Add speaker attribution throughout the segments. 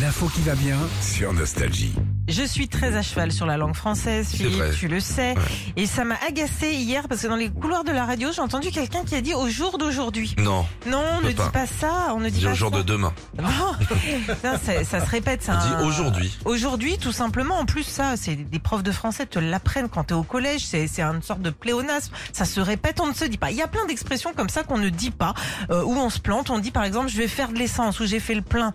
Speaker 1: L'info qui va bien sur Nostalgie.
Speaker 2: Je suis très à cheval sur la langue française, Philippe,
Speaker 1: vrai.
Speaker 2: tu le sais. Et ça m'a agacé hier parce que dans les couloirs de la radio, j'ai entendu quelqu'un qui a dit au jour d'aujourd'hui.
Speaker 3: Non,
Speaker 2: Non, on
Speaker 3: peut
Speaker 2: ne
Speaker 3: pas.
Speaker 2: dit pas ça, on ne dit
Speaker 3: dis
Speaker 2: pas
Speaker 3: au jour
Speaker 2: ça. Ah.
Speaker 3: de demain.
Speaker 2: Non, ça, ça- ça se répète, ça. hein.
Speaker 3: On dit aujourd'hui.
Speaker 2: Aujourd'hui, tout simplement, en plus, ça, c'est des profs de français te l'apprennent quand t'es au collège, c'est c'est une sorte de pléonasme, ça se répète, on ne se dit pas. Il y a plein d'expressions comme ça qu'on ne dit pas, euh, où on se plante, on dit par exemple, je vais faire de l'essence, ou j'ai fait le plein.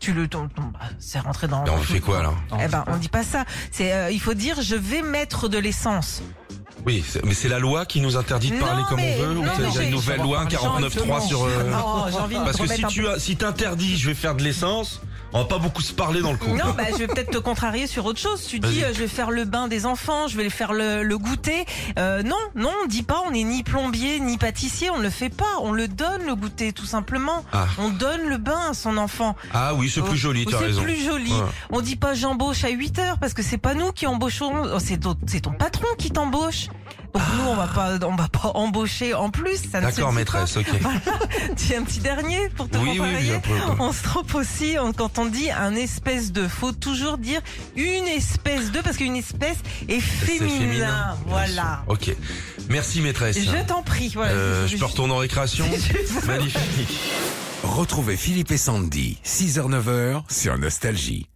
Speaker 2: Tu le ton, ton- bah, c'est rentré dans.
Speaker 3: Et on fait quoi alors
Speaker 2: Eh ben, on dit pas ça. C'est, euh, il faut dire, je vais mettre de l'essence.
Speaker 3: Oui, c'est- mais c'est la loi qui nous interdit de
Speaker 2: Non,
Speaker 3: parler comme
Speaker 2: mais-
Speaker 3: on veut
Speaker 2: non,
Speaker 3: euh, ou
Speaker 2: mais
Speaker 3: c'est
Speaker 2: j'ai-
Speaker 3: une nouvelle
Speaker 2: j'en
Speaker 3: loi
Speaker 2: parle
Speaker 3: 49.3 sur. euh,
Speaker 2: Oh, j'ai envie de
Speaker 3: Parce que si
Speaker 2: remettre un
Speaker 3: tu as, si t'interdis, je vais faire de l'essence, on va pas beaucoup se parler dans le couple.
Speaker 2: Non, bah, je vais peut-être te contrarier sur autre chose. Tu dis,
Speaker 3: Vas-y.
Speaker 2: euh, je vais faire le bain des enfants, je vais faire le, le goûter. Euh, non, non, on dit pas, on est ni plombier, ni pâtissier, on ne le fait pas. On le donne, le goûter, tout simplement.
Speaker 3: Ah.
Speaker 2: On donne le bain à son enfant.
Speaker 3: Ah oui, c'est
Speaker 2: Oh,
Speaker 3: plus joli,
Speaker 2: oh,
Speaker 3: t'as raison.
Speaker 2: C'est plus joli.
Speaker 3: Ouais.
Speaker 2: On dit pas j'embauche à 8 heures parce que c'est pas nous qui embauchons, oh, c'est ton, c'est ton patron qui t'embauche. Donc nous, on va pas, on va pas embaucher en plus. Ça ne se
Speaker 3: D'accord,
Speaker 2: dit
Speaker 3: maîtresse, ok.
Speaker 2: pas. Tu as un petit dernier pour te
Speaker 3: Oui, oui, oui,
Speaker 2: comparer
Speaker 3: un peu.
Speaker 2: on se trompe aussi on- quand on dit un espèce de. Faut toujours dire une espèce de parce qu'une espèce
Speaker 3: C'est
Speaker 2: est féminin.
Speaker 3: féminin. bien
Speaker 2: Voilà.
Speaker 3: sûr. Ok. Merci, maîtresse.
Speaker 2: Je t'en prie. Voilà.
Speaker 3: Euh,
Speaker 2: C'est
Speaker 3: je peux
Speaker 2: juste-
Speaker 3: retourner en récréation
Speaker 2: c'est juste-
Speaker 3: Magnifique.
Speaker 1: Retrouvez Philippe et Sandy, 6h-9h sur Nostalgie.